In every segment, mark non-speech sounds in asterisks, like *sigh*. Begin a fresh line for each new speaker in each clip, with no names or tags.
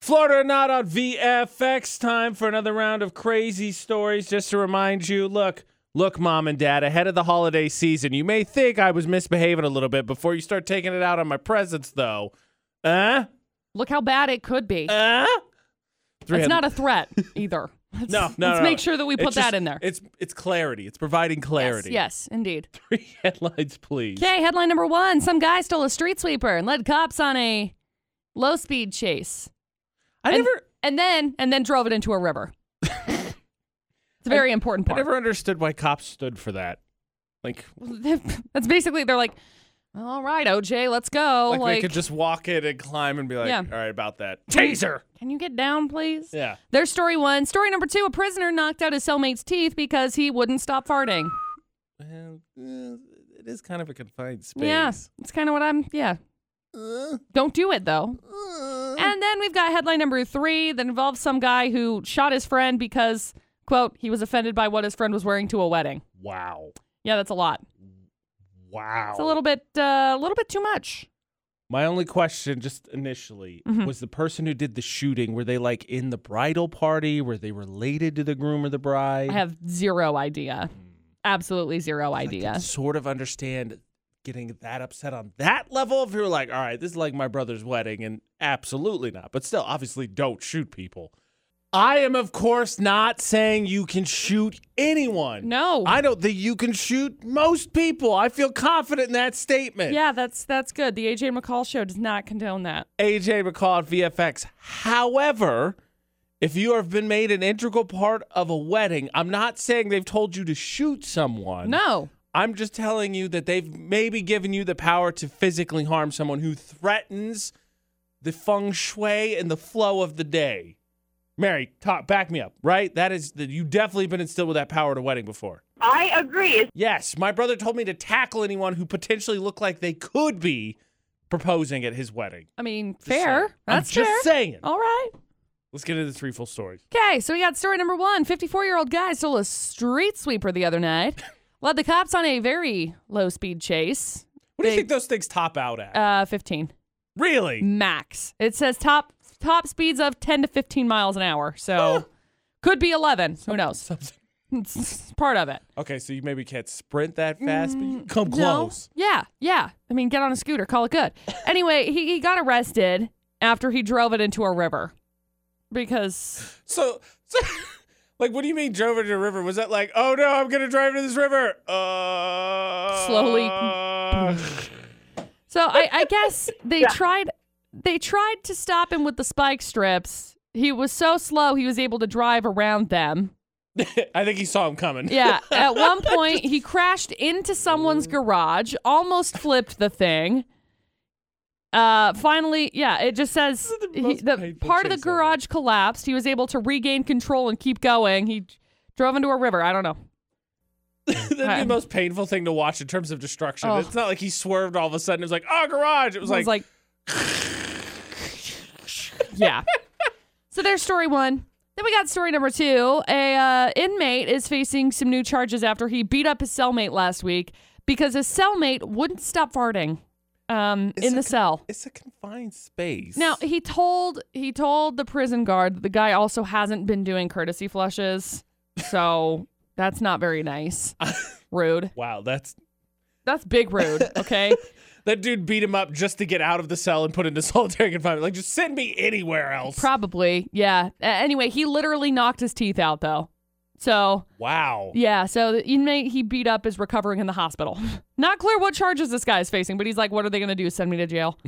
Florida or not on VFX. Time for another round of crazy stories. Just to remind you, look, look, mom and dad, ahead of the holiday season, you may think I was misbehaving a little bit before you start taking it out on my presents, though. Huh?
Look how bad it could be.
Huh?
it's not a threat
*laughs*
either. Let's,
No, no.
Let's
no,
make
no.
sure that we
It's
put that
just-
in there.
It's it's clarity. It's providing
yes,
clarity.
yes, indeed.
*laughs* Three headlines, please.
Okay, headline number one Some guy stole a street sweeper and led cops on a low speed chase.
I
and,
never
and then and then drove it into
*laughs*
a river. it's a very important
I
part.
never understood why cops stood for that. Like
*laughs* That's basically they're like, all right, OJ, let's go.
like,
Like,
they could just walk in and climb and be like,
Yeah.
all right, about that. Taser.
can you get down, please?
Yeah.
There's story one. Story number two: A prisoner knocked out his cellmate's teeth because he wouldn't stop farting.
Well, uh, it is kind of a confined space.
Yeah, Uh-huh. it's kind of what I'm. Yeah, don't do it though.
Mm.
And then we've got headline number three that involves some guy who shot his friend because quote he was offended by what his friend was wearing to a wedding.
Wow.
Yeah, that's a lot.
Wow.
It's a little bit uh, a little bit too much.
My only question, just initially,
Mm-hmm.
was the person who did the shooting, were they like in the bridal party? Were they related to the groom or the bride?
I have zero idea.
Mm.
Absolutely zero idea.
sort of understand getting that upset on that level if you're like, all right, this is like my brother's wedding, and absolutely not. But still, obviously, don't shoot people. I am, of course, not saying you can shoot anyone.
No.
I don't think you can shoot most people. I feel confident in that statement.
yeah, that's that's good. The AJ McCall show does not condone that.
AJ McCall at VFX. However, if you have been made an integral part of a wedding, I'm not saying they've told you to shoot someone.
No.
I'm just telling you that they've maybe given you the power to physically harm someone who threatens the feng shui and the flow of the day. Mary, talk, back me up, right? That is that you definitely been instilled with that power at a wedding before.
I agree.
Yes, my brother told me to tackle anyone who potentially looked like they could be proposing at his wedding.
I mean,
Just
fair.
saying.
That's
I'm just
fair. Oh.
saying.
All right.
Let's get into the three full stories.
Okay, so we got story number one. 54 year old guy stole a street sweeper the
*laughs*
other night, led the cops on a very low speed chase.
What do you
Big-
think those things top out at?
Uh, 15
really?
max. It says top top speeds of 10 to 15 miles an hour. So could be 11. Who knows? *laughs* It's part of it.
Okay, so you maybe can't sprint that fast, but you can come
Mm. No.
close.
Yeah, yeah. I mean, get on a scooter, call it good. Anyway, he, he got arrested after he drove it into a river because
So, so *laughs* like, what do you mean drove into a river? Was that like, oh no, I'm gonna drive into this river? Uh,
Slowly. so I, I guess they tried they tried to stop him with the spike strips. He was so slow he was able to drive around them.
*laughs* I think he saw him coming.
Yeah. At one point he crashed into someone's
Mm.
garage, almost flipped the thing. Uh finally, yeah, it just says
This is the
he,
most
the
painful
part of the
chase ever.
garage collapsed. He was able to regain control and keep going. He drove into a river. I don't know.
*laughs* That'd be the most painful thing to watch in terms of destruction.
Oh.
It's not like he swerved all of a sudden. It was like, oh, garage. It was,
I was
like,
like, *laughs* yeah. So there's story one. Then we got story number two. A uh, inmate is facing some new charges after he beat up his cellmate last week because his cellmate wouldn't stop farting um,
Is
in the
it-
cell.
it's a confined space.
Now he told he told the prison guard that the guy also hasn't been doing courtesy flushes,
*laughs*
so that's not very nice. Rude.
wow, that's
That's big rude. Okay.
that dude beat him up just to get out of the cell and put into *laughs* solitary confinement. Like, just send me anywhere else.
Probably, yeah. A- Anyway, he literally knocked his teeth out, though. So,
wow.
yeah, so the inmate he beat up is recovering in the hospital. *laughs* Not clear what charges this guy is facing, but he's like, what are they going to do? Send me
*laughs*
to jail.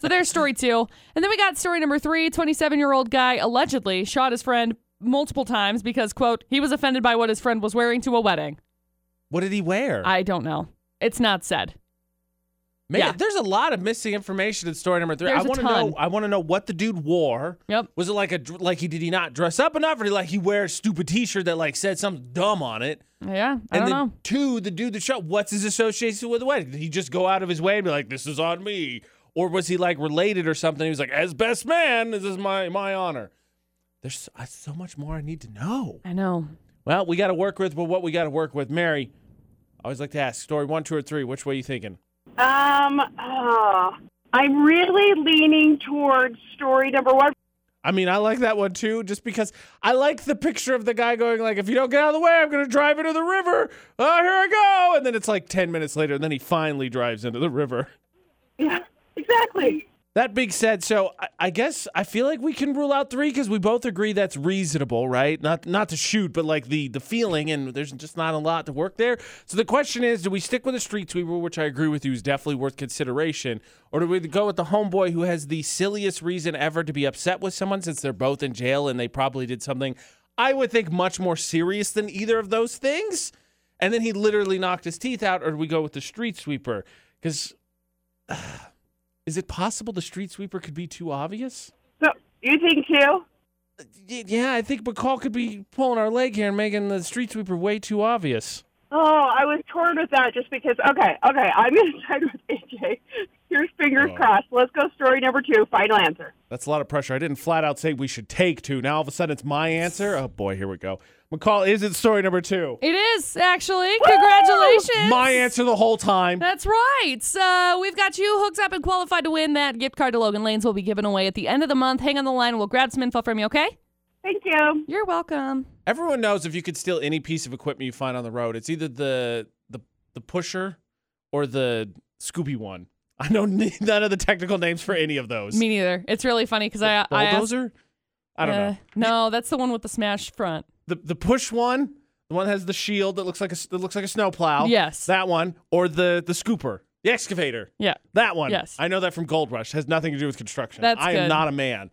so there's story two. And then we got story number three 27 year old guy allegedly shot his friend multiple times because, quote, he was offended by what his friend was wearing to a wedding.
What did he wear?
I don't know. It's not said.
Man,
Yeah.
there's a lot of missing information in story number three.
There's
I
a
want to
ton.
know. I want to know what the dude wore.
Yep.
Was it like a dr- like he did he not dress up enough, or did like he wear a stupid T-shirt that like said something dumb on it?
Yeah, I
And
don't
then
know.
two, the dude that shot. What's his association with the wedding? Did he just go out of his way and be like, "This is on me," or was he like related or something? He was like, "As best man, this is my my honor." There's uh, so much more I need to know.
I know.
Well, we got to work with well, what we got to work with. Mary, I always like to ask story one, two, or three. Which way you thinking?
Um, oh, I'm really leaning towards story number one. *laughs*
I mean, I like that one too, just because I like the picture of the guy going like, "If you don't get out of the way, I'm gonna drive into the river." Oh, here I go! And then it's like ten minutes later, and then he finally drives into the river.
Yeah, exactly.
That being said, so I, I guess I feel like we can rule out three because we both agree that's reasonable, right? Not not to shoot, but like the the feeling, and there's just not a lot to work there. So the question is, do we stick with the street sweeper, which I agree with you is definitely worth consideration, or do we go with the homeboy who has the silliest reason ever to be upset with someone since they're both in jail and they probably did something I would think much more serious than either of those things? And then he literally knocked his teeth out, or do we go with the street sweeper? Because is it possible the street sweeper could be too obvious?
So you think too?
Y- Yeah, I think McCall could be pulling our leg here and making the street sweeper way too obvious.
Oh, I was torn with that just because. Okay, okay, I'm going to side with AJ. Here's fingers
Oh.
crossed. Let's go story number two. Final answer.
That's a lot of pressure. I didn't flat out say we should take two. Now all of a sudden it's my answer. Oh boy, here we go. McCall, is it story number two?
It is actually. Congratulations.
My answer the whole time.
That's right. Uh, we've got you hooked up and qualified to win that gift card to Logan Lanes. Will be given away at the end of the month. Hang on the line. We'll grab some info from you. Okay?
Thank you.
You're welcome.
Everyone knows if you could steal any piece of equipment you find on the road, it's either the the the pusher or the Scooby one. I know n- *laughs* none of the technical names for any of those.
Me neither. It's really funny because I, I asked,
bulldozer? I don't
uh,
know.
No, that's the one with the smashed front.
the the push one, the one that has the shield that looks like a s- that looks like a snowplow.
Yes.
that one, or the the scooper, the excavator.
Yeah.
That one.
Yes.
I know that from Gold Rush. Has nothing to do with construction.
That's
I
good.
am not a man.